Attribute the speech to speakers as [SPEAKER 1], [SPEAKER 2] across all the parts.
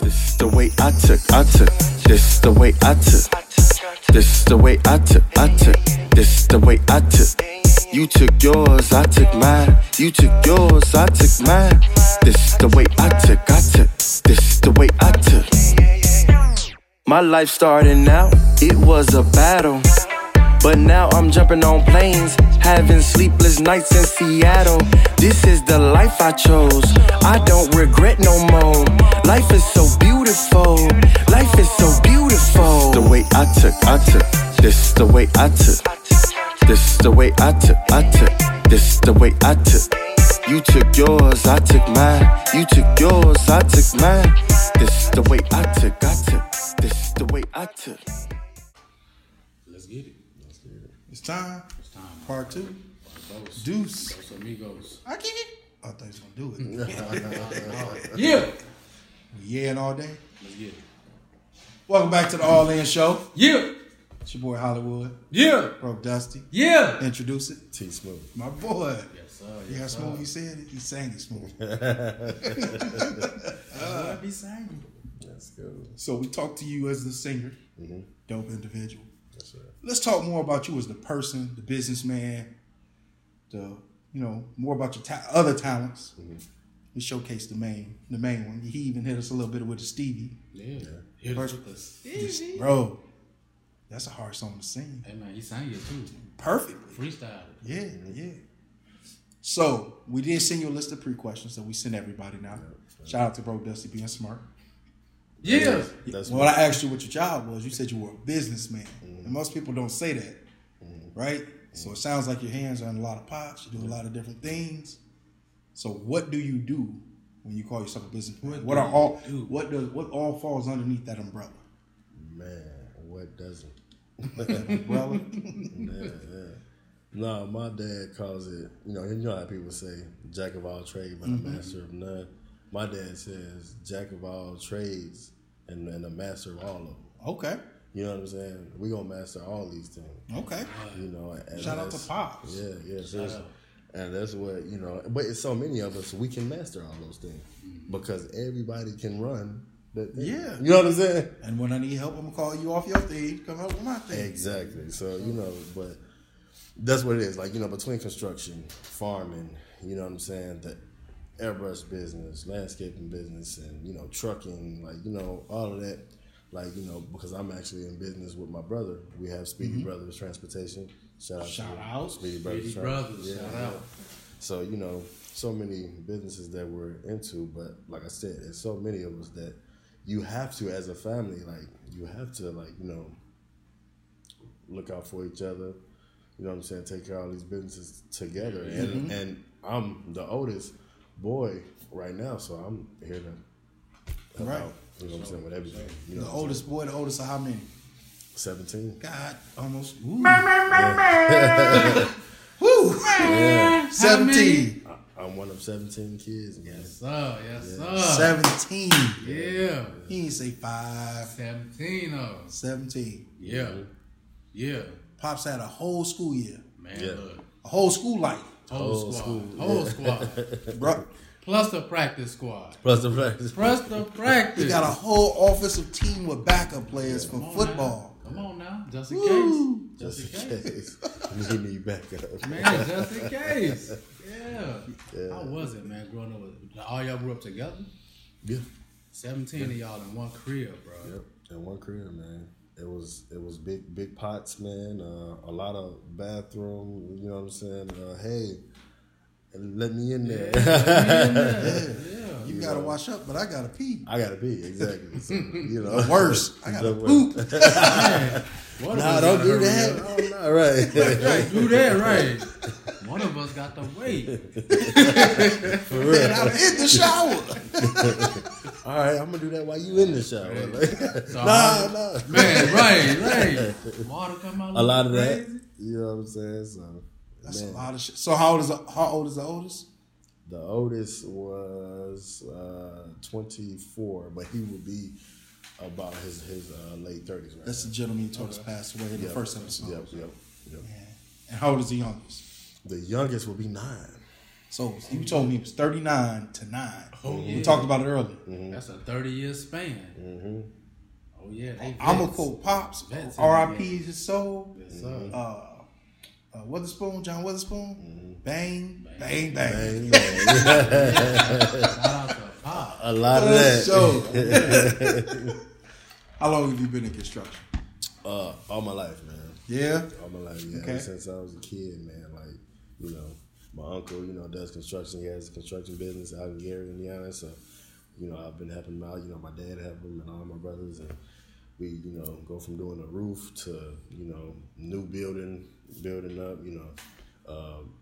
[SPEAKER 1] This the way I took, I took. This the way I took. This the way I took, I took. This the way I took. You took yours, I took mine. You took yours, I took mine. This the way I took, I took. This the way I took. My life starting out, it was a battle. But now I'm jumping on planes, having sleepless nights in Seattle. This is the life I chose. I don't regret no more. Life is so beautiful. Life is so beautiful. The way I took, I took. This the way I took. This the way I took, I took. This the way I took. You took yours, I took mine. You took yours, I took mine. This the way I took, I took. This the way I took.
[SPEAKER 2] Let's get it. Let's get it.
[SPEAKER 3] It's time.
[SPEAKER 2] It's time.
[SPEAKER 3] Part two.
[SPEAKER 2] Those.
[SPEAKER 3] Deuce.
[SPEAKER 2] Those amigos.
[SPEAKER 3] I get it. I thought he was gonna do it.
[SPEAKER 2] Yeah.
[SPEAKER 3] yeah, and all day.
[SPEAKER 2] Let's get it.
[SPEAKER 3] Welcome back to the All In Show.
[SPEAKER 2] Yeah.
[SPEAKER 3] It's your boy Hollywood,
[SPEAKER 2] Yeah.
[SPEAKER 3] bro Dusty.
[SPEAKER 2] Yeah.
[SPEAKER 3] Introduce it,
[SPEAKER 4] T Smooth.
[SPEAKER 3] my boy.
[SPEAKER 2] Yes, sir.
[SPEAKER 3] Yeah, how smooth. He said it. He sang it smooth.
[SPEAKER 2] Uh, be saying.
[SPEAKER 4] That's Mm-hmm. go.
[SPEAKER 3] So we talk to you as the singer, dope individual.
[SPEAKER 4] That's right.
[SPEAKER 3] Let's talk more about you as the person, the businessman, the you know more about your ta- other talents.
[SPEAKER 4] Mm-hmm.
[SPEAKER 3] We showcase the main, the main one. He even hit us a little bit with the Stevie,
[SPEAKER 2] Yeah. Hit us with us. Hey,
[SPEAKER 3] bro. That's a hard song to sing
[SPEAKER 2] man, he sang it too.
[SPEAKER 3] perfectly.
[SPEAKER 2] Freestyle.
[SPEAKER 3] Yeah, yeah. So we did send you a list of pre questions that we send everybody now. Shout out to Bro Dusty being smart.
[SPEAKER 2] Yeah.
[SPEAKER 4] That's
[SPEAKER 3] When I asked you what your job was, you said you were a businessman. And most people don't say that, right? So it sounds like your hands are in a lot of pots. You do a lot of different things. So what do you do when you call yourself a businessman? What,
[SPEAKER 2] do
[SPEAKER 3] are
[SPEAKER 2] you
[SPEAKER 3] all
[SPEAKER 2] do?
[SPEAKER 3] what does what all falls underneath that umbrella?
[SPEAKER 4] man. What doesn't?
[SPEAKER 3] Umbrella?
[SPEAKER 4] No, my dad calls it. You know, you know how people say jack of all trades, but a
[SPEAKER 3] Mm-hmm.
[SPEAKER 4] master of none. My dad says jack of all trades and and a master of all of them.
[SPEAKER 3] okay.
[SPEAKER 4] You know what I'm saying? We gonna master all these things.
[SPEAKER 3] Okay.
[SPEAKER 4] You know, and
[SPEAKER 3] Shout out to
[SPEAKER 4] that's-
[SPEAKER 3] Pops.
[SPEAKER 4] Yeah, yeah, seriously. And that's what you know. But it's so many of us. We can master all those things because everybody can run. That thing.
[SPEAKER 3] Mm-hmm. Yeah.
[SPEAKER 4] you know what I'm saying?
[SPEAKER 3] And when I need help, I'm gonna call you off your thing. Come help with my thing.
[SPEAKER 4] Exactly. So you know, but that's what it is. Like you know, between construction, farming, you know what I'm saying, the airbrush business, landscaping business, and you know, trucking, like you know, all of that. Like you know, because I'm actually in business with my brother. We have Speedy Brothers Transportation. Shout out,
[SPEAKER 3] Shout
[SPEAKER 4] to
[SPEAKER 3] out.
[SPEAKER 4] Speedy Brothers.
[SPEAKER 2] Pretty
[SPEAKER 4] Trans-
[SPEAKER 2] brothers.
[SPEAKER 4] Yeah,
[SPEAKER 2] Shout
[SPEAKER 4] yeah.
[SPEAKER 2] out.
[SPEAKER 4] So you know, so many businesses that we're into, but like I said, there's so many of us that you have to, as a family, like you have to, like you know, look out for each other. You know what I'm saying? Take care of all these businesses together. And and I'm the oldest boy right now, so I'm here to help
[SPEAKER 3] Right.
[SPEAKER 4] out. You know what I'm saying? With everything. You know,
[SPEAKER 3] The oldest boy, the oldest of how many?
[SPEAKER 4] seventeen.
[SPEAKER 3] God, almost. Ooh.
[SPEAKER 2] How many?
[SPEAKER 3] 17.
[SPEAKER 4] I'm one of seventeen kids. Man.
[SPEAKER 2] Yes, sir. Yes, sir.
[SPEAKER 3] 17.
[SPEAKER 2] Yeah.
[SPEAKER 3] He ain't say five.
[SPEAKER 2] 17 of us.
[SPEAKER 3] 17.
[SPEAKER 2] Yeah. Yeah.
[SPEAKER 3] Pops had a whole school year,
[SPEAKER 2] Man,
[SPEAKER 4] Yeah.
[SPEAKER 2] look.
[SPEAKER 3] a whole school life.
[SPEAKER 2] Whole,
[SPEAKER 4] Whole
[SPEAKER 2] squad.
[SPEAKER 4] school.
[SPEAKER 2] Whole squad.
[SPEAKER 3] Bro,
[SPEAKER 2] Plus the practice squad.
[SPEAKER 4] Plus the practice.
[SPEAKER 2] Plus the practice.
[SPEAKER 3] he got a whole offensive team with backup players for
[SPEAKER 2] Come on
[SPEAKER 3] football.
[SPEAKER 2] now. Come on now. Just in
[SPEAKER 3] Woo.
[SPEAKER 2] case.
[SPEAKER 4] Just in case. Need me back up.
[SPEAKER 2] Man, just in case. Yeah.
[SPEAKER 4] Yeah.
[SPEAKER 2] How was it, man, growing up with all y'all grew up together?
[SPEAKER 4] Yeah.
[SPEAKER 2] 17 of y'all in one crib, bro.
[SPEAKER 4] Yep. In one career, man. It was it was big big pots, man. Uh, a lot of bathroom. You know what I'm saying? Uh, hey, let me in there.
[SPEAKER 3] You gotta wash up, but I gotta pee.
[SPEAKER 4] I gotta be exactly. So, you know.
[SPEAKER 3] Worse, I gotta
[SPEAKER 4] The worst.
[SPEAKER 3] poop.
[SPEAKER 2] One of
[SPEAKER 4] Nah,
[SPEAKER 2] us
[SPEAKER 4] don't
[SPEAKER 2] gotta
[SPEAKER 4] do
[SPEAKER 2] hurry
[SPEAKER 4] that.
[SPEAKER 2] up.
[SPEAKER 4] Oh, nah, right.
[SPEAKER 2] Right, do that, right. One of us got to wait.
[SPEAKER 3] And I'm in the shower.
[SPEAKER 4] All right, I'm gonna do that while you in the shower. Like,
[SPEAKER 2] So
[SPEAKER 4] nah,
[SPEAKER 2] I-
[SPEAKER 4] nah.
[SPEAKER 2] Man, right, right. Water come out.
[SPEAKER 4] A lot of that.
[SPEAKER 2] crazy.
[SPEAKER 4] You know what I'm saying? So,
[SPEAKER 3] That's a
[SPEAKER 4] man.
[SPEAKER 3] lot of shit. So how old is the, how old is the oldest?
[SPEAKER 4] The oldest was uh, 24, but he would be about his his uh, late 30s right
[SPEAKER 3] That's the gentleman who told us passed away in the first episode.
[SPEAKER 4] Yep, yep, yep.
[SPEAKER 3] And how old is the youngest?
[SPEAKER 4] The youngest will be nine.
[SPEAKER 3] So you told me he was 39 to 9.
[SPEAKER 4] Oh,
[SPEAKER 3] We talked about it earlier.
[SPEAKER 2] That's a 30 year span.
[SPEAKER 4] Mm-hmm.
[SPEAKER 2] Oh, yeah. They
[SPEAKER 3] I'm going to
[SPEAKER 2] vets.
[SPEAKER 3] quote Pops,
[SPEAKER 2] Vince,
[SPEAKER 3] RIP
[SPEAKER 2] yeah.
[SPEAKER 3] is his soul.
[SPEAKER 2] Yes, sir.
[SPEAKER 4] Mm-hmm.
[SPEAKER 3] Uh, uh, Witherspoon, John Witherspoon. Bang, bang, bang.
[SPEAKER 4] Bang, bang.
[SPEAKER 2] Shout out to Pop.
[SPEAKER 4] a lot of
[SPEAKER 3] Good
[SPEAKER 4] that.
[SPEAKER 3] show. How long have you been in construction?
[SPEAKER 4] Uh, all my life, man.
[SPEAKER 3] Yeah.
[SPEAKER 4] All my life, yeah.
[SPEAKER 3] Okay.
[SPEAKER 4] Ever since I was a kid, man. Like, you know, my uncle, you know, does construction. He has a construction business out in Gary, Indiana. So, you know, I've been helping him out. You know, my dad helped him and all my brothers. And we, you know, go from doing the roof to, you know, new building, building up, you know. Um,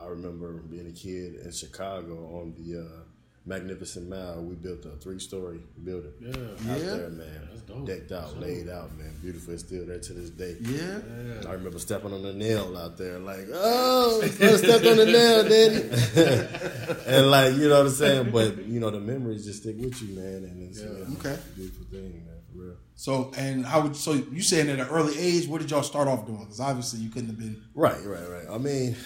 [SPEAKER 4] I remember being a kid in Chicago on the uh, Magnificent Mile. We built a three-story building
[SPEAKER 2] Yeah.
[SPEAKER 4] out
[SPEAKER 3] Yeah.
[SPEAKER 4] there, man.
[SPEAKER 2] That's dope.
[SPEAKER 4] Decked out, laid out, man. Beautiful. It's still there to this day.
[SPEAKER 3] Yeah.
[SPEAKER 4] I remember stepping on a nail out there, like, oh, I stepped on the nail, daddy. and like, you know what I'm saying? But you know, the memories just stick with you, man. And it's you know,
[SPEAKER 3] Okay.
[SPEAKER 4] a beautiful thing, man, for real.
[SPEAKER 3] So and how would so you saying at an early age? What did y'all start off doing? Because obviously you couldn't have been.
[SPEAKER 4] Right, right, right. I mean,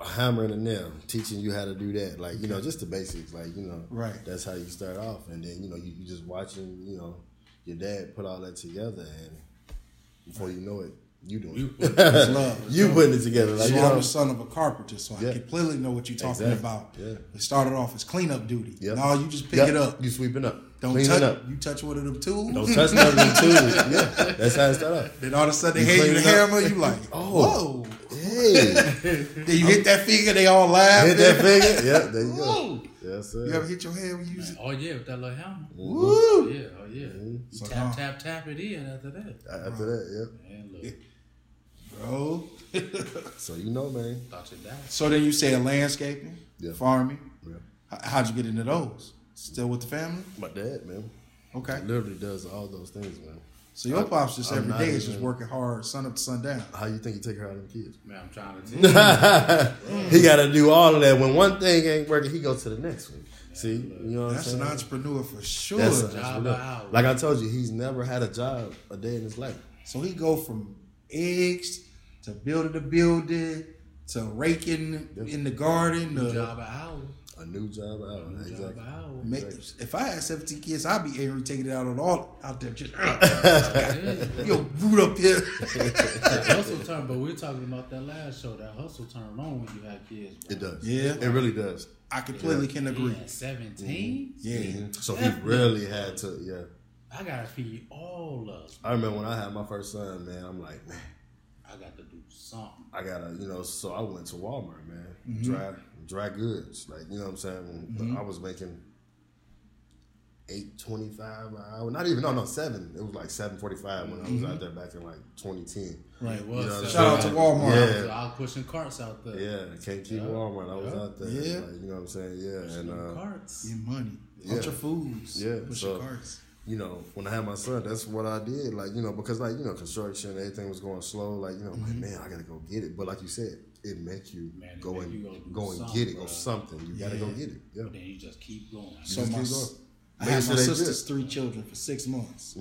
[SPEAKER 4] hammering a nail, teaching you how to do that, like you know, just the basics, like you know,
[SPEAKER 3] Right.
[SPEAKER 4] That's how you start off, and then you know, you, you just watching, you know, your dad put all that together, and before you know it, you doing
[SPEAKER 2] You
[SPEAKER 4] it.
[SPEAKER 2] put it
[SPEAKER 3] love.
[SPEAKER 4] you putting it together, like
[SPEAKER 3] so
[SPEAKER 4] you
[SPEAKER 3] I'm
[SPEAKER 4] know,
[SPEAKER 3] the son of a carpenter, so I
[SPEAKER 4] Yeah.
[SPEAKER 3] completely know what you're talking
[SPEAKER 4] Exactly.
[SPEAKER 3] about.
[SPEAKER 4] Yeah.
[SPEAKER 3] It started off as cleanup duty.
[SPEAKER 4] Yep.
[SPEAKER 3] No, you just pick
[SPEAKER 4] Yep,
[SPEAKER 3] it up.
[SPEAKER 4] You sweeping up,
[SPEAKER 3] Don't
[SPEAKER 4] cleaning
[SPEAKER 3] touch.
[SPEAKER 4] up.
[SPEAKER 3] You touch one of them tools,
[SPEAKER 4] Don't touch nothing too. Yeah, that's how it started.
[SPEAKER 3] then all of a sudden
[SPEAKER 4] You
[SPEAKER 3] they hand you the
[SPEAKER 4] clean it up.
[SPEAKER 3] hammer. You like,
[SPEAKER 4] Oh.
[SPEAKER 3] whoa.
[SPEAKER 4] Hey,
[SPEAKER 3] Then you hit that finger. They all laugh.
[SPEAKER 4] hit that finger. Yeah, there you
[SPEAKER 3] Whoa.
[SPEAKER 4] go. Yes, sir.
[SPEAKER 3] You ever hit your head when you?
[SPEAKER 2] Oh, yeah, with that little hammer.
[SPEAKER 3] Woo!
[SPEAKER 4] Mm-hmm.
[SPEAKER 2] Yeah, oh, yeah.
[SPEAKER 3] So
[SPEAKER 2] tap,
[SPEAKER 3] now-
[SPEAKER 2] tap, tap it in after that.
[SPEAKER 4] After that,
[SPEAKER 2] Man, look,
[SPEAKER 3] Bro.
[SPEAKER 4] yeah. So you know, man.
[SPEAKER 2] thought you died.
[SPEAKER 3] So then you said landscaping,
[SPEAKER 4] Yeah.
[SPEAKER 3] farming.
[SPEAKER 4] Yeah.
[SPEAKER 3] H- How'd you get into those? Still with the family?
[SPEAKER 4] My dad, man,
[SPEAKER 3] Okay.
[SPEAKER 4] literally does all those things, man.
[SPEAKER 3] So your pops just
[SPEAKER 4] I'm
[SPEAKER 3] every
[SPEAKER 4] not
[SPEAKER 3] day is
[SPEAKER 4] even-
[SPEAKER 3] just working hard, sun up to sundown.
[SPEAKER 4] How you think he take care of them kids?
[SPEAKER 2] Man, I'm trying to tell you.
[SPEAKER 4] he got to do all of that. When one thing ain't working, he go to the next one. See, you know what
[SPEAKER 3] That's an
[SPEAKER 4] I'm saying?
[SPEAKER 3] entrepreneur for sure.
[SPEAKER 4] That's an
[SPEAKER 2] Job
[SPEAKER 4] entrepreneur.
[SPEAKER 2] hour.
[SPEAKER 4] Like I told you, he's never had a job a day in his life.
[SPEAKER 3] so he go from eggs to building a building to raking in the garden. To
[SPEAKER 2] Job an hour.
[SPEAKER 4] A new job out.
[SPEAKER 2] Job
[SPEAKER 4] Exactly.
[SPEAKER 2] an hour.
[SPEAKER 3] make, if I had 17 kids, I'd be angry taking it out on all out there. Just
[SPEAKER 2] Yeah.
[SPEAKER 3] yo root up here.
[SPEAKER 2] That hustle turn, but we were talking about that last show. That hustle turn on when you have kids. Bro.
[SPEAKER 4] It does.
[SPEAKER 3] Yeah.
[SPEAKER 4] It really does.
[SPEAKER 3] I completely can agree. Mm-hmm.
[SPEAKER 2] Yeah, 17?
[SPEAKER 3] Yeah.
[SPEAKER 4] So he really had to, yeah.
[SPEAKER 2] I gotta feed all of us.
[SPEAKER 4] I remember when I had my first son, man, I'm like, man,
[SPEAKER 2] I got to do something.
[SPEAKER 4] I gotta, you know, so I went to Walmart, man.
[SPEAKER 2] Mm-hmm.
[SPEAKER 4] Dry dry goods. Like, you know what I'm saying? But I was making eight twenty five an hour. Not even no, no, seven. It was like seven forty five when I was
[SPEAKER 2] Mm-hmm.
[SPEAKER 4] out there back in like twenty ten.
[SPEAKER 2] Right. It was
[SPEAKER 4] You know what I'm
[SPEAKER 3] Shout out to
[SPEAKER 4] saying?
[SPEAKER 3] Walmart.
[SPEAKER 2] I was,
[SPEAKER 4] Yeah.
[SPEAKER 2] I was pushing carts out there.
[SPEAKER 4] Yeah, can't keep Walmart. I was out there.
[SPEAKER 3] Yeah.
[SPEAKER 4] Like, you know what I'm saying? Yeah. And uh,
[SPEAKER 2] Carts.
[SPEAKER 3] Your money, yeah.
[SPEAKER 4] Yeah.
[SPEAKER 3] your foods,
[SPEAKER 4] Yeah,
[SPEAKER 3] push
[SPEAKER 4] so-
[SPEAKER 3] your carts.
[SPEAKER 4] you know, when I had my son, that's what I did. Like, you know, because like, you know, construction, everything was going slow. Like, you know, like, man, I gotta go get it. But like you said, it make you
[SPEAKER 2] Mm-hmm. Man, it
[SPEAKER 4] go
[SPEAKER 2] make
[SPEAKER 4] and
[SPEAKER 2] you go do
[SPEAKER 4] go and
[SPEAKER 2] something,
[SPEAKER 4] get it,
[SPEAKER 2] bro.
[SPEAKER 4] go something. You gotta go get it. Yeah.
[SPEAKER 2] Then you just keep going.
[SPEAKER 3] So
[SPEAKER 4] Just
[SPEAKER 3] my,
[SPEAKER 4] keep
[SPEAKER 3] s-
[SPEAKER 4] going.
[SPEAKER 3] I
[SPEAKER 4] Make
[SPEAKER 3] had
[SPEAKER 4] sure
[SPEAKER 3] my
[SPEAKER 4] they
[SPEAKER 3] sister's
[SPEAKER 4] good. Mm-hmm.
[SPEAKER 3] three children for six months.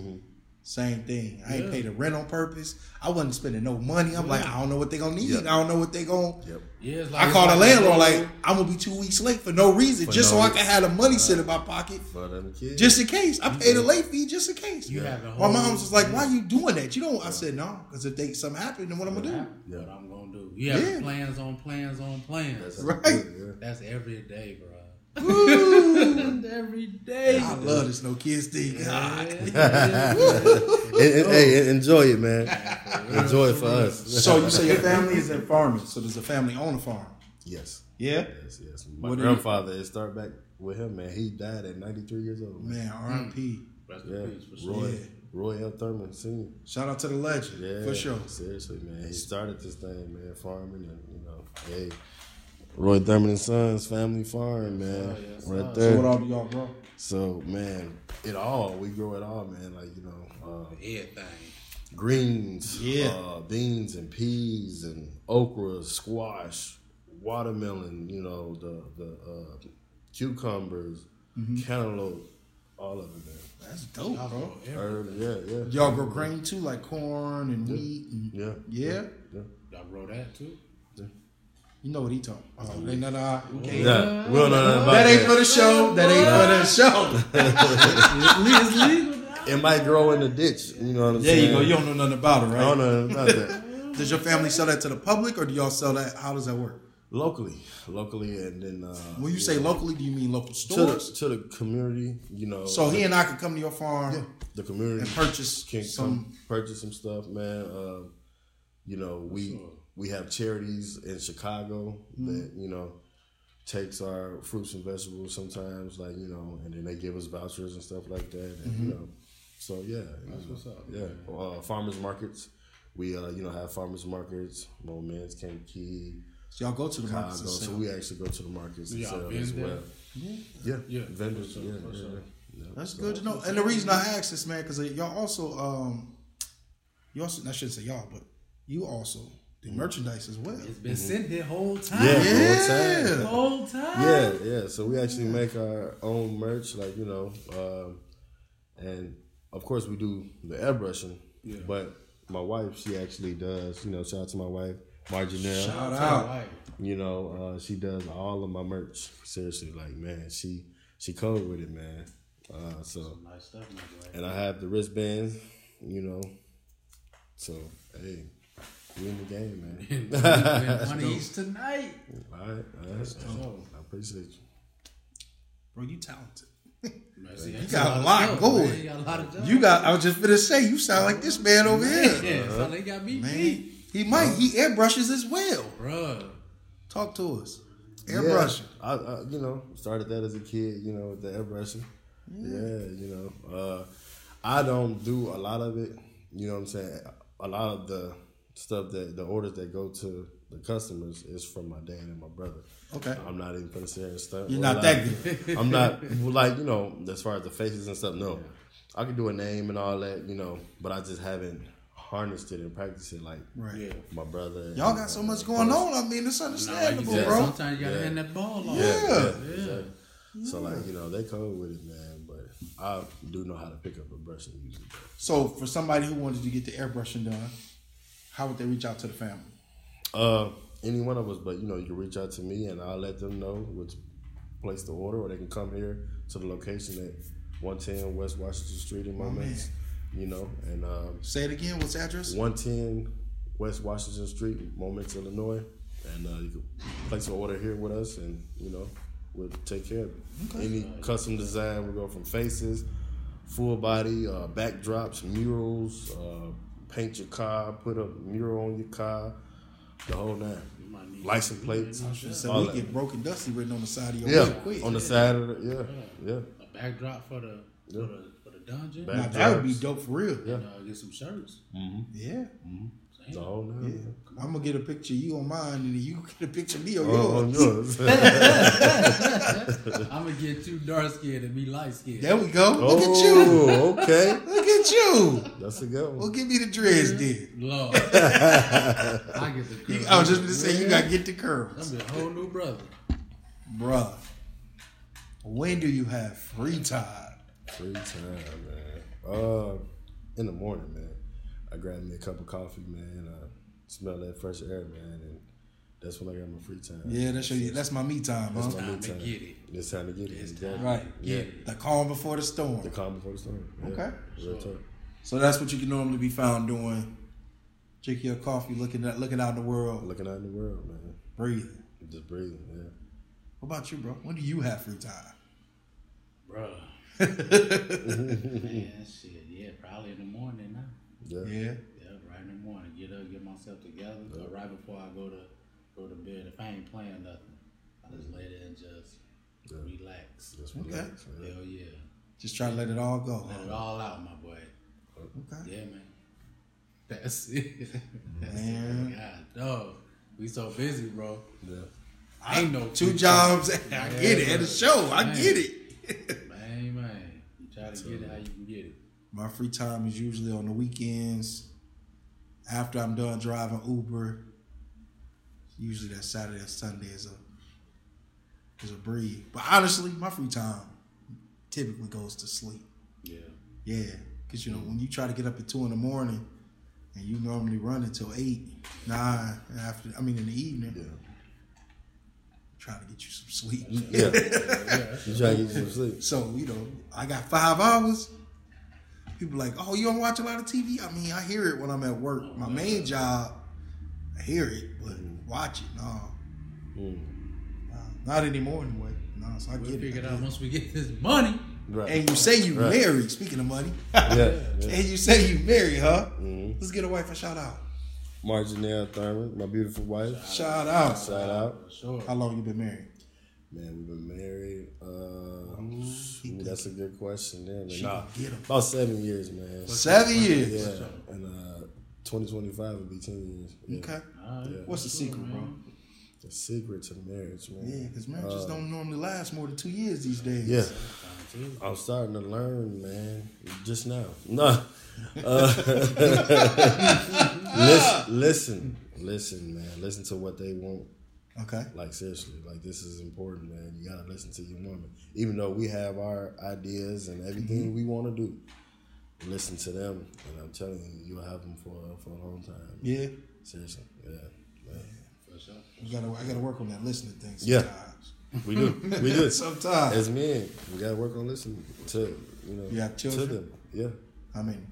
[SPEAKER 3] Same thing. I ain't paid a rent on purpose. I wasn't spending no money. I'm like, I don't know what they gonna need.
[SPEAKER 4] Yeah.
[SPEAKER 3] I don't know what they gonna.
[SPEAKER 4] Yep.
[SPEAKER 2] yeah, it's like,
[SPEAKER 3] I called the
[SPEAKER 2] it's
[SPEAKER 3] landlord like I'm gonna be two weeks late for no reason,
[SPEAKER 4] For
[SPEAKER 3] just
[SPEAKER 4] no
[SPEAKER 3] so I can have the money sit in my pocket,
[SPEAKER 4] For them kids.
[SPEAKER 3] just in case. I paid a late fee just in case.
[SPEAKER 2] You have a
[SPEAKER 3] my
[SPEAKER 2] whole-
[SPEAKER 3] mom's was like, "Why you doing that? You don't." I said, "No, because if they something happened, then what I'm gonna do?"
[SPEAKER 2] what I'm gonna do. You have
[SPEAKER 3] Yeah.
[SPEAKER 2] plans on plans on plans.
[SPEAKER 4] That's
[SPEAKER 2] That's,
[SPEAKER 4] right.
[SPEAKER 3] Right.
[SPEAKER 2] every day, bro.
[SPEAKER 3] Woo!
[SPEAKER 2] That's every day.
[SPEAKER 3] I love this no kids thing. God.
[SPEAKER 2] Yeah.
[SPEAKER 4] And, and- hey, and enjoy it, man. enjoy it for us.
[SPEAKER 3] So you say your family is in farming. So does the family own a farm?
[SPEAKER 4] Yes.
[SPEAKER 3] Yeah.
[SPEAKER 4] Yes, yes. My
[SPEAKER 3] What do you-
[SPEAKER 4] grandfather, it start back with him, man. He died at 93 years old. Man.
[SPEAKER 3] Man, R.I.P.
[SPEAKER 2] Rest in
[SPEAKER 4] Yeah.
[SPEAKER 2] peace, for sure.
[SPEAKER 4] Roy,
[SPEAKER 3] Yeah.
[SPEAKER 4] Roy L. Thurman Sr.
[SPEAKER 3] Shout out to the legend
[SPEAKER 4] Yeah,
[SPEAKER 3] for sure.
[SPEAKER 4] Seriously, man, he started this thing, man, farming, and you know, hey, Roy Thurman and Sons family farm, man,
[SPEAKER 2] yes,
[SPEAKER 4] right
[SPEAKER 3] So what
[SPEAKER 4] there.
[SPEAKER 3] all do y'all grow?
[SPEAKER 4] So, man, it all we grow it all, man. Like you know, uh,
[SPEAKER 2] Everything.
[SPEAKER 4] greens,
[SPEAKER 3] Yeah.
[SPEAKER 4] uh, beans and peas and okra, squash, watermelon. You know, the the uh, cucumbers,
[SPEAKER 3] Mm-hmm.
[SPEAKER 4] cantaloupe, all of it, man.
[SPEAKER 3] That's dope, bro.
[SPEAKER 2] Every-
[SPEAKER 4] Herb, yeah, yeah,
[SPEAKER 3] Y'all grow grain too, like corn and wheat. And,
[SPEAKER 4] yeah,
[SPEAKER 3] yeah.
[SPEAKER 2] I wrote that too.
[SPEAKER 3] You know what he talking about. Like, nah, nah, we can't-
[SPEAKER 4] Yeah, we don't know nothing about
[SPEAKER 3] That Oh, ain't
[SPEAKER 4] that.
[SPEAKER 3] for the show. That ain't for the show.
[SPEAKER 2] It's legal.
[SPEAKER 4] It might grow in the ditch. You know what I'm
[SPEAKER 3] There
[SPEAKER 4] saying?
[SPEAKER 3] you go. You don't know nothing about it, right?
[SPEAKER 4] I don't know nothing about that.
[SPEAKER 3] Does your family sell that to the public, or do y'all sell that? How does that work?
[SPEAKER 4] locally, locally, and then uh,
[SPEAKER 3] When you say locally, do you mean local
[SPEAKER 4] to the,
[SPEAKER 3] stores?
[SPEAKER 4] to the community, you know.
[SPEAKER 3] So he and I could come to your farm
[SPEAKER 4] the community
[SPEAKER 3] and purchase
[SPEAKER 4] can
[SPEAKER 3] some.
[SPEAKER 4] come purchase some stuff, man. Um, you know, we we have charities in Chicago
[SPEAKER 2] Mm-hmm.
[SPEAKER 4] that you know takes our fruits and vegetables sometimes, like you know, and then they give us vouchers and stuff like that, and
[SPEAKER 2] Mm-hmm.
[SPEAKER 4] you know. So yeah, that's what's up. Yeah, uh, farmers markets. We uh, you know have farmers markets, Moments, Kankakee,
[SPEAKER 3] So y'all go to the
[SPEAKER 4] Chicago.
[SPEAKER 3] markets and
[SPEAKER 4] So
[SPEAKER 3] sell.
[SPEAKER 4] we actually go to the markets and
[SPEAKER 2] Yeah,
[SPEAKER 4] sell
[SPEAKER 2] been
[SPEAKER 4] as
[SPEAKER 2] there.
[SPEAKER 4] well. Yeah,
[SPEAKER 2] Yeah.
[SPEAKER 4] vendors. Yeah,
[SPEAKER 2] for
[SPEAKER 4] yeah,
[SPEAKER 2] sure.
[SPEAKER 4] yeah.
[SPEAKER 3] That's
[SPEAKER 4] So-
[SPEAKER 3] good to know. And the reason I asked this, man, because y'all also, um, you also, I shouldn't say y'all, but you also do merchandise as well.
[SPEAKER 2] It's been sitting here whole time.
[SPEAKER 4] Yeah,
[SPEAKER 3] Mm-hmm. Yeah.
[SPEAKER 4] full time.
[SPEAKER 2] Whole time.
[SPEAKER 4] Yeah, yeah. So we actually make our own merch, like you know, um, and of course we do the airbrushing.
[SPEAKER 2] Yeah.
[SPEAKER 4] But my wife, she actually does. You know, shout out to my wife, Marjanelle.
[SPEAKER 3] Shout
[SPEAKER 2] All
[SPEAKER 3] out.
[SPEAKER 2] right.
[SPEAKER 4] You know, uh, she does all of my merch. Seriously, like man, she she cold with it, man. Uh, so
[SPEAKER 2] Nice stuff, my boy.
[SPEAKER 4] and I have the wristband, you know. So hey, we in the game, man.
[SPEAKER 2] Been one of these tonight.
[SPEAKER 4] all right, all right.
[SPEAKER 2] dope.
[SPEAKER 4] I appreciate you.
[SPEAKER 3] Bro, you talented.
[SPEAKER 2] You
[SPEAKER 3] got a lot going.
[SPEAKER 2] You got a lot of jobs.
[SPEAKER 3] You got. I was just gonna say, you sound like this man over here,
[SPEAKER 2] Yeah, so they got me
[SPEAKER 3] man.
[SPEAKER 2] beat.
[SPEAKER 3] He might. He airbrushes as well.
[SPEAKER 2] Bruh.
[SPEAKER 3] Talk to us. Airbrushing.
[SPEAKER 4] Yeah, I, I, you know, started that as a kid, you know, with the airbrushing. Yeah, you know. Uh, I don't do a lot of it, you know what I'm saying? A lot of the stuff that the orders that go to the customers is from my dad and my brother.
[SPEAKER 3] Okay.
[SPEAKER 4] I'm not even gonna say and stuff.
[SPEAKER 3] You're not that
[SPEAKER 4] good. I'm not well, like, you know, as far as the faces and stuff, no. I can do a name and all that, you know, but I just haven't harnessed it and practiced it like
[SPEAKER 3] Right.
[SPEAKER 2] Yeah.
[SPEAKER 4] my brother.
[SPEAKER 3] Y'all
[SPEAKER 4] and
[SPEAKER 3] got so
[SPEAKER 4] my
[SPEAKER 3] much going
[SPEAKER 4] brothers.
[SPEAKER 3] on. I mean, it's
[SPEAKER 2] Like you
[SPEAKER 3] understandable,
[SPEAKER 2] said,
[SPEAKER 3] bro.
[SPEAKER 2] Sometimes you gotta
[SPEAKER 4] Yeah.
[SPEAKER 2] hand that ball off.
[SPEAKER 4] Yeah.
[SPEAKER 3] Yeah.
[SPEAKER 4] exactly. So like you know they cold with it, man. But I do know how to pick up a brush and use it.
[SPEAKER 3] So, for somebody who wanted to get the airbrushing done, how would they reach out to the family?
[SPEAKER 4] Uh, any one of us, but you know you can reach out to me and I'll let them know which place to order, or they can come here to the location at 110 West Washington Street in Moments. you know, and um,
[SPEAKER 3] Say it again. What's the address?
[SPEAKER 4] 110 West Washington Street, Moments, Illinois, and uh, you can place an order here with us, and you know we'll take care of it. Any custom design, we go from faces, full body, uh, backdrops, murals, uh, paint your car, put a mural on your car, the whole nine, license plates,
[SPEAKER 3] So
[SPEAKER 4] all
[SPEAKER 3] we
[SPEAKER 4] that.
[SPEAKER 3] get broken dusty written on the side of your
[SPEAKER 4] yeah,
[SPEAKER 3] wheel quick.
[SPEAKER 4] on the side of the, yeah, yeah.
[SPEAKER 2] A backdrop for the for the, for the dungeon.
[SPEAKER 4] Back-
[SPEAKER 3] now, that would be dope for real. Yeah.
[SPEAKER 2] And, uh, get some shirts.
[SPEAKER 4] The whole nine.
[SPEAKER 3] I'm going to get a picture of you on mine, and then you get a picture of me on
[SPEAKER 4] Oh,
[SPEAKER 3] yours.
[SPEAKER 4] on yours.
[SPEAKER 2] I'm gonna get you dark skinned and me light skinned.
[SPEAKER 3] There we go. Look at you.
[SPEAKER 4] oh, okay.
[SPEAKER 3] Look at you.
[SPEAKER 4] That's a good
[SPEAKER 3] Well,
[SPEAKER 4] one.
[SPEAKER 3] give me the dreads then.
[SPEAKER 2] Lord. I get the curls.
[SPEAKER 3] I was just going to say, you got to get the curls.
[SPEAKER 2] I'm a whole new brother.
[SPEAKER 3] Bruh, when do you have free time?
[SPEAKER 4] Free time, man. Uh, in the morning, man. I grab me a cup of coffee, man. I smell that fresh air, man, and that's when I got my free time.
[SPEAKER 3] Yeah, that's your, that's my me time, huh?
[SPEAKER 4] my me
[SPEAKER 2] Time to get it.
[SPEAKER 4] It's time to get it. exactly.
[SPEAKER 3] Right.
[SPEAKER 4] Yeah.
[SPEAKER 3] The calm before the storm.
[SPEAKER 4] The calm before the storm. Yeah.
[SPEAKER 3] Okay.
[SPEAKER 4] Real talk.
[SPEAKER 3] So that's what you can normally be found doing. Drinking your coffee, looking at looking out in the world,
[SPEAKER 4] Looking out in the world, man.
[SPEAKER 3] breathing.
[SPEAKER 4] Just breathing. Yeah.
[SPEAKER 3] What about you, bro? When do you have free time?
[SPEAKER 2] Bruh. Man, shit. Yeah, probably in the morning now.
[SPEAKER 4] Yeah.
[SPEAKER 3] Yeah.
[SPEAKER 2] Yeah, right in the morning. Get up, get myself together. Or right before I go to go to bed. If I ain't playing nothing, I just lay there and just relax.
[SPEAKER 4] Just
[SPEAKER 3] Okay.
[SPEAKER 4] relax, yeah.
[SPEAKER 2] Hell yeah.
[SPEAKER 3] Just try to let it all go.
[SPEAKER 2] Let it all out, my boy.
[SPEAKER 3] Okay.
[SPEAKER 2] Yeah, man. That's it. That's
[SPEAKER 3] Man.
[SPEAKER 2] it. God, dog. We so busy, bro.
[SPEAKER 4] Yeah.
[SPEAKER 2] ain't no
[SPEAKER 3] Two
[SPEAKER 2] free
[SPEAKER 3] jobs. I get it. At the show, I
[SPEAKER 2] Man.
[SPEAKER 3] get it.
[SPEAKER 2] time. Man, man. You try to get it how you can get it.
[SPEAKER 3] My free time is usually on the weekends. After I'm done driving Uber. Usually that Saturday or Sunday is a is a breeze. But honestly, my free time typically goes to sleep.
[SPEAKER 2] Yeah.
[SPEAKER 3] Yeah, because you know when you try to get up at two in the morning, and you normally run until eight, nine after. I mean in the evening.
[SPEAKER 4] Yeah.
[SPEAKER 3] trying to get you some sleep.
[SPEAKER 4] Yeah. You trying to get you some sleep.
[SPEAKER 3] So, you know, I got five hours. People like, oh, you don't watch a lot of TV? I mean, I hear it when I'm at work. My main job, I hear it, but
[SPEAKER 4] Mm-hmm.
[SPEAKER 3] watch it, no.
[SPEAKER 4] Mm.
[SPEAKER 3] Nah, not anymore, anyway. Nah, so I
[SPEAKER 2] We'll
[SPEAKER 3] get
[SPEAKER 2] figure
[SPEAKER 3] it.
[SPEAKER 2] it out once we get this money.
[SPEAKER 4] Right.
[SPEAKER 3] And you say you
[SPEAKER 4] Right.
[SPEAKER 3] married, speaking of money.
[SPEAKER 4] Yeah. Mm-hmm. yeah.
[SPEAKER 3] and you say you married, huh? Let's get a wife a shout out.
[SPEAKER 4] Marjanelle Thurman, my beautiful wife.
[SPEAKER 3] Shout out.
[SPEAKER 4] Shout out.
[SPEAKER 2] For sure.
[SPEAKER 3] How long you been married?
[SPEAKER 4] Man, we've been married. Uh,
[SPEAKER 3] he
[SPEAKER 4] ooh, that's a good question. Yeah, man.
[SPEAKER 3] She
[SPEAKER 4] Nah,
[SPEAKER 3] can get 'em.
[SPEAKER 4] about seven years, man.
[SPEAKER 3] Seven years.
[SPEAKER 4] Yeah, and uh, 2025 would be 10 years. Yeah.
[SPEAKER 3] Okay.
[SPEAKER 2] All right.
[SPEAKER 3] What's the secret, bro?
[SPEAKER 4] The secret to marriage, man.
[SPEAKER 3] Yeah, because marriages
[SPEAKER 4] Uh,
[SPEAKER 3] don't normally last more than two years these days.
[SPEAKER 4] Yeah. I'm starting to learn, man. Just now. No. Uh, listen, listen, listen, man. Listen to what they want.
[SPEAKER 3] Okay.
[SPEAKER 4] Like seriously, like this is important, man. You gotta listen to your woman. Even though we have our ideas and everything
[SPEAKER 3] Mm-hmm.
[SPEAKER 4] we want to do, listen to them. And I'm telling you, you'll have them for for a long time.
[SPEAKER 3] Yeah.
[SPEAKER 4] Seriously, yeah. yeah.
[SPEAKER 2] For sure.
[SPEAKER 3] I gotta, I gotta work on that listening thing sometimes.
[SPEAKER 4] Yeah. We do, we do.
[SPEAKER 3] Sometimes.
[SPEAKER 4] As men, we gotta work on listening to you know
[SPEAKER 3] You have children?
[SPEAKER 4] to them. Yeah,
[SPEAKER 3] I mean,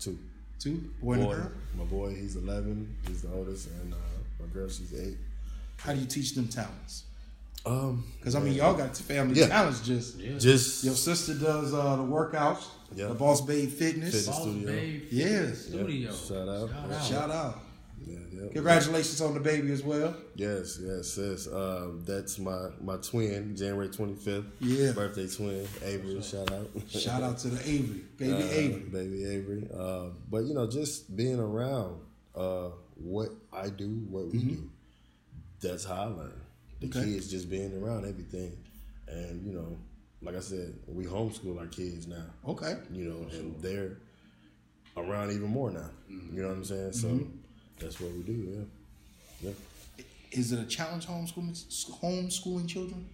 [SPEAKER 4] two.
[SPEAKER 3] two? Boy, and a
[SPEAKER 4] Boy,
[SPEAKER 3] girl?
[SPEAKER 4] my boy, he's 11. He's the oldest, and uh, my girl, she's eight.
[SPEAKER 3] How do you teach them talents?
[SPEAKER 4] Um,
[SPEAKER 3] Because, I mean, y'all got family
[SPEAKER 4] Yeah.
[SPEAKER 3] talents just.
[SPEAKER 4] just
[SPEAKER 3] Your sister does uh, the workouts,
[SPEAKER 4] Yeah.
[SPEAKER 3] the Boss Babe Fitness.
[SPEAKER 4] Fitness.
[SPEAKER 2] Boss
[SPEAKER 4] studio.
[SPEAKER 2] Babe
[SPEAKER 3] Yeah.
[SPEAKER 2] Studio.
[SPEAKER 4] Shout out.
[SPEAKER 2] Shout out.
[SPEAKER 3] Shout out.
[SPEAKER 4] yeah, yeah.
[SPEAKER 3] Congratulations on the baby as well.
[SPEAKER 4] Yes, yes, yes. Um, that's my my twin, January 25th.
[SPEAKER 3] Yeah.
[SPEAKER 4] birthday twin, Avery. Shout out.
[SPEAKER 3] Shout out to the Avery, baby
[SPEAKER 4] Uh,
[SPEAKER 3] Avery.
[SPEAKER 4] Baby Avery. Uh, but you know, just being around uh, what I do, what we do, that's how I learn. The
[SPEAKER 3] Mm-hmm. Okay.
[SPEAKER 4] kids just being around everything, and you know, like I said, we homeschool our kids now.
[SPEAKER 3] Okay.
[SPEAKER 4] You know, and they're around even more now.
[SPEAKER 3] Mm-hmm.
[SPEAKER 4] You know what I'm saying? So that's what we do. Yeah. Yeah.
[SPEAKER 3] Is it a challenge homeschooling homeschooling children?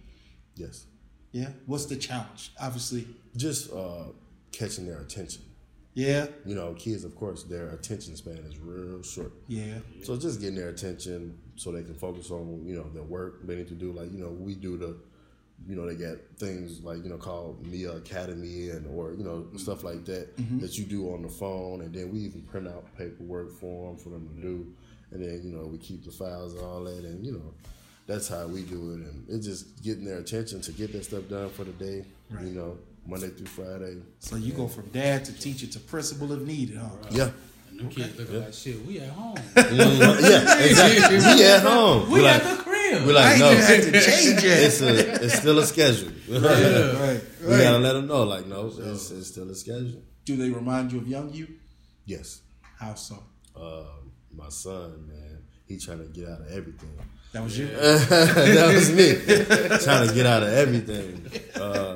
[SPEAKER 4] Yes.
[SPEAKER 3] Yeah. What's the challenge? Obviously.
[SPEAKER 4] Just uh, catching their attention.
[SPEAKER 3] Yeah.
[SPEAKER 4] You know, kids, of course, their attention span is real short.
[SPEAKER 3] Yeah.
[SPEAKER 4] So just getting their attention so they can focus on, you know, their work they need to do. Like, you know, we do the, you know, they got things like, you know, called Mia Academy and or, you know, stuff like that that you do on the phone. And then we even print out paperwork for them for them to do. And then, you know, we keep the files and all that. And, you know, that's how we do it. And it's just getting their attention to get that stuff done for the day, you know, Monday through Friday.
[SPEAKER 3] So you go from dad to teacher to principal if needed, huh?
[SPEAKER 4] Yeah.
[SPEAKER 2] And them kids looking like shit. We at home.
[SPEAKER 4] yeah, exactly. We at home.
[SPEAKER 2] we
[SPEAKER 4] We're
[SPEAKER 2] at
[SPEAKER 4] like,
[SPEAKER 2] the crib.
[SPEAKER 4] we're
[SPEAKER 3] I
[SPEAKER 4] like
[SPEAKER 3] ain't
[SPEAKER 4] no,
[SPEAKER 3] even had to change it.
[SPEAKER 4] it's a, it's still a schedule.
[SPEAKER 3] Right.
[SPEAKER 4] We gotta
[SPEAKER 3] Right.
[SPEAKER 4] let them know, like, no, it's, it's still a schedule.
[SPEAKER 3] Do they remind you of young you?
[SPEAKER 4] Yes,
[SPEAKER 3] How so?
[SPEAKER 4] um, my son, man, he trying to get out of everything.
[SPEAKER 3] That was you.
[SPEAKER 4] that was me trying to get out of everything. Uh,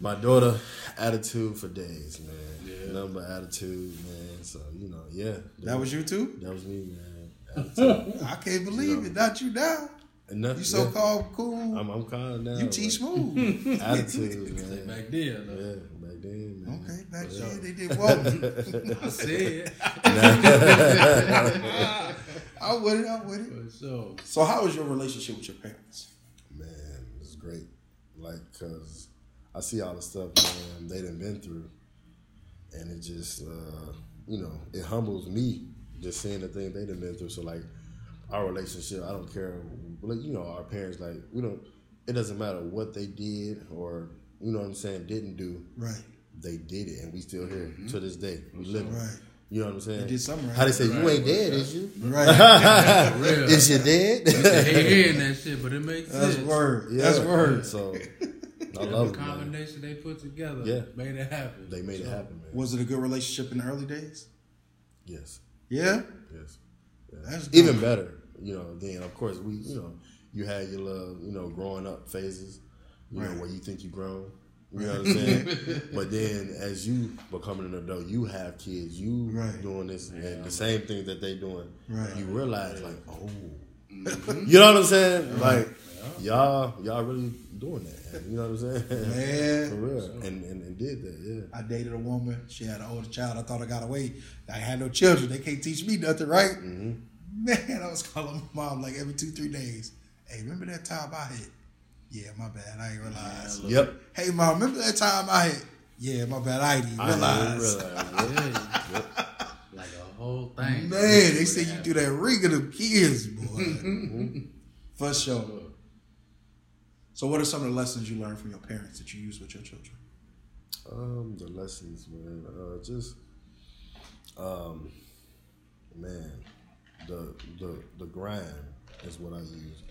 [SPEAKER 4] my daughter, attitude for days, man. Nothing but attitude, man. So you know, yeah,
[SPEAKER 3] That was you too.
[SPEAKER 4] that was me, man. Attitude.
[SPEAKER 3] I can't believe it. Not you now.
[SPEAKER 4] And nothing-
[SPEAKER 3] You so
[SPEAKER 4] yeah.
[SPEAKER 3] called cool.
[SPEAKER 4] I'm, I'm calm now.
[SPEAKER 3] you teach
[SPEAKER 4] like,
[SPEAKER 3] smooth.
[SPEAKER 4] attitude, man.
[SPEAKER 2] Back then, though.
[SPEAKER 4] Yeah, back then, man.
[SPEAKER 3] Okay, back then they did well.
[SPEAKER 2] I said.
[SPEAKER 3] I'm with it. I'm with it.
[SPEAKER 2] For sure.
[SPEAKER 3] So, how is your relationship with your parents?
[SPEAKER 4] Man, it's great. Like, cause I see all the stuff, man, they done been through, and it just, uh, you know, it humbles me just seeing the thing they done been through. So like, our relationship, I don't care. Like, you know, our parents, like, we don't. It doesn't matter what they did or you know what I'm saying didn't do.
[SPEAKER 3] Right.
[SPEAKER 4] They did it, and we still here to this day. We living.
[SPEAKER 3] Mm-hmm. Right.
[SPEAKER 4] You know what I'm saying?
[SPEAKER 3] did something right.
[SPEAKER 4] How they say you ain't dead, is you?
[SPEAKER 3] Right.
[SPEAKER 2] Real.
[SPEAKER 4] Is you dead?
[SPEAKER 2] They hearing that shit, but it makes
[SPEAKER 3] That's
[SPEAKER 2] sense.
[SPEAKER 3] word. That's word.
[SPEAKER 4] So I
[SPEAKER 2] The
[SPEAKER 4] love it. Man.
[SPEAKER 2] combination they put together
[SPEAKER 4] Yeah.
[SPEAKER 2] made it happen.
[SPEAKER 4] They made it happen, man.
[SPEAKER 3] Was it a good relationship in the early days?
[SPEAKER 4] Yes,
[SPEAKER 3] Yeah.
[SPEAKER 4] yes.
[SPEAKER 3] That's dope.
[SPEAKER 4] Even better, you know. Then of course we, you know, you had your little, you know, growing up phases, you
[SPEAKER 3] Right.
[SPEAKER 4] know, where you think you grown. You know what I'm saying? but then as you becoming an adult, you have kids, you
[SPEAKER 3] Right.
[SPEAKER 4] doing this and the same thing that they doing.
[SPEAKER 3] Right.
[SPEAKER 4] You realize like, oh,
[SPEAKER 3] Mm-hmm.
[SPEAKER 4] you know what I'm saying? Like. Y'all, y'all really doing that? and You know what I'm saying?
[SPEAKER 3] Man.
[SPEAKER 4] for real, and, and and did that, yeah.
[SPEAKER 3] I dated a woman. She had an older child. I thought I got away. I had no Mm-hmm. children. They can't teach me nothing, right? Man, I was calling my mom like every two, three days. Hey, remember that time I hit? Yeah, my bad. I ain't realize.
[SPEAKER 2] look.
[SPEAKER 4] Yep.
[SPEAKER 3] Hey, mom, remember that time I hit? Yeah, my bad. I didn't even realize.
[SPEAKER 4] realize.
[SPEAKER 2] Like a whole thing.
[SPEAKER 3] Man, they say you do that Mm-hmm. ring of them kids, boy. For sure. So, what are some of the lessons you learned from your parents that you use with your children?
[SPEAKER 4] Um, the lessons, man. Uh, just, um, man, the the the grind is what I use.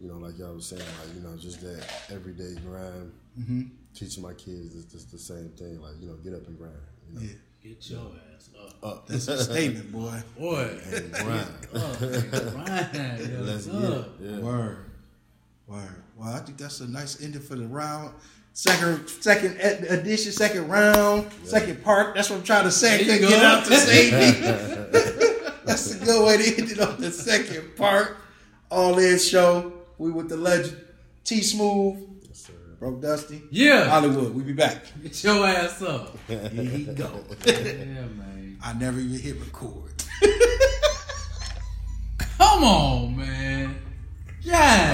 [SPEAKER 4] You know, like y'all was saying, like you know, just that everyday grind.
[SPEAKER 3] Mm-hmm.
[SPEAKER 4] Teaching my kids is just the same thing. Like you know, get up and grind. You know,
[SPEAKER 3] Yeah,
[SPEAKER 2] Get your ass up.
[SPEAKER 4] up
[SPEAKER 3] that's a statement, boy.
[SPEAKER 2] Boy.
[SPEAKER 4] and grind.
[SPEAKER 2] up, nigga, grind, yo, What's
[SPEAKER 4] Let's get it.
[SPEAKER 2] up?
[SPEAKER 4] Yeah.
[SPEAKER 3] Word, word. Well, I think that's a nice ending for the round. Second, second ed- edition, second round, second part. That's what I'm trying to say. I
[SPEAKER 2] There you
[SPEAKER 3] couldn't get
[SPEAKER 2] go.
[SPEAKER 3] out to say me. That's a good way to end it on the second part. All in show. We with the legend T Smooth,
[SPEAKER 4] Yes, sir.
[SPEAKER 3] Bro Dusty,
[SPEAKER 2] Yeah.
[SPEAKER 3] Hollywood. We be back.
[SPEAKER 2] Get your ass up.
[SPEAKER 3] Here he go.
[SPEAKER 2] Yeah, man.
[SPEAKER 3] I never even hit record.
[SPEAKER 2] Come on, man. Yeah.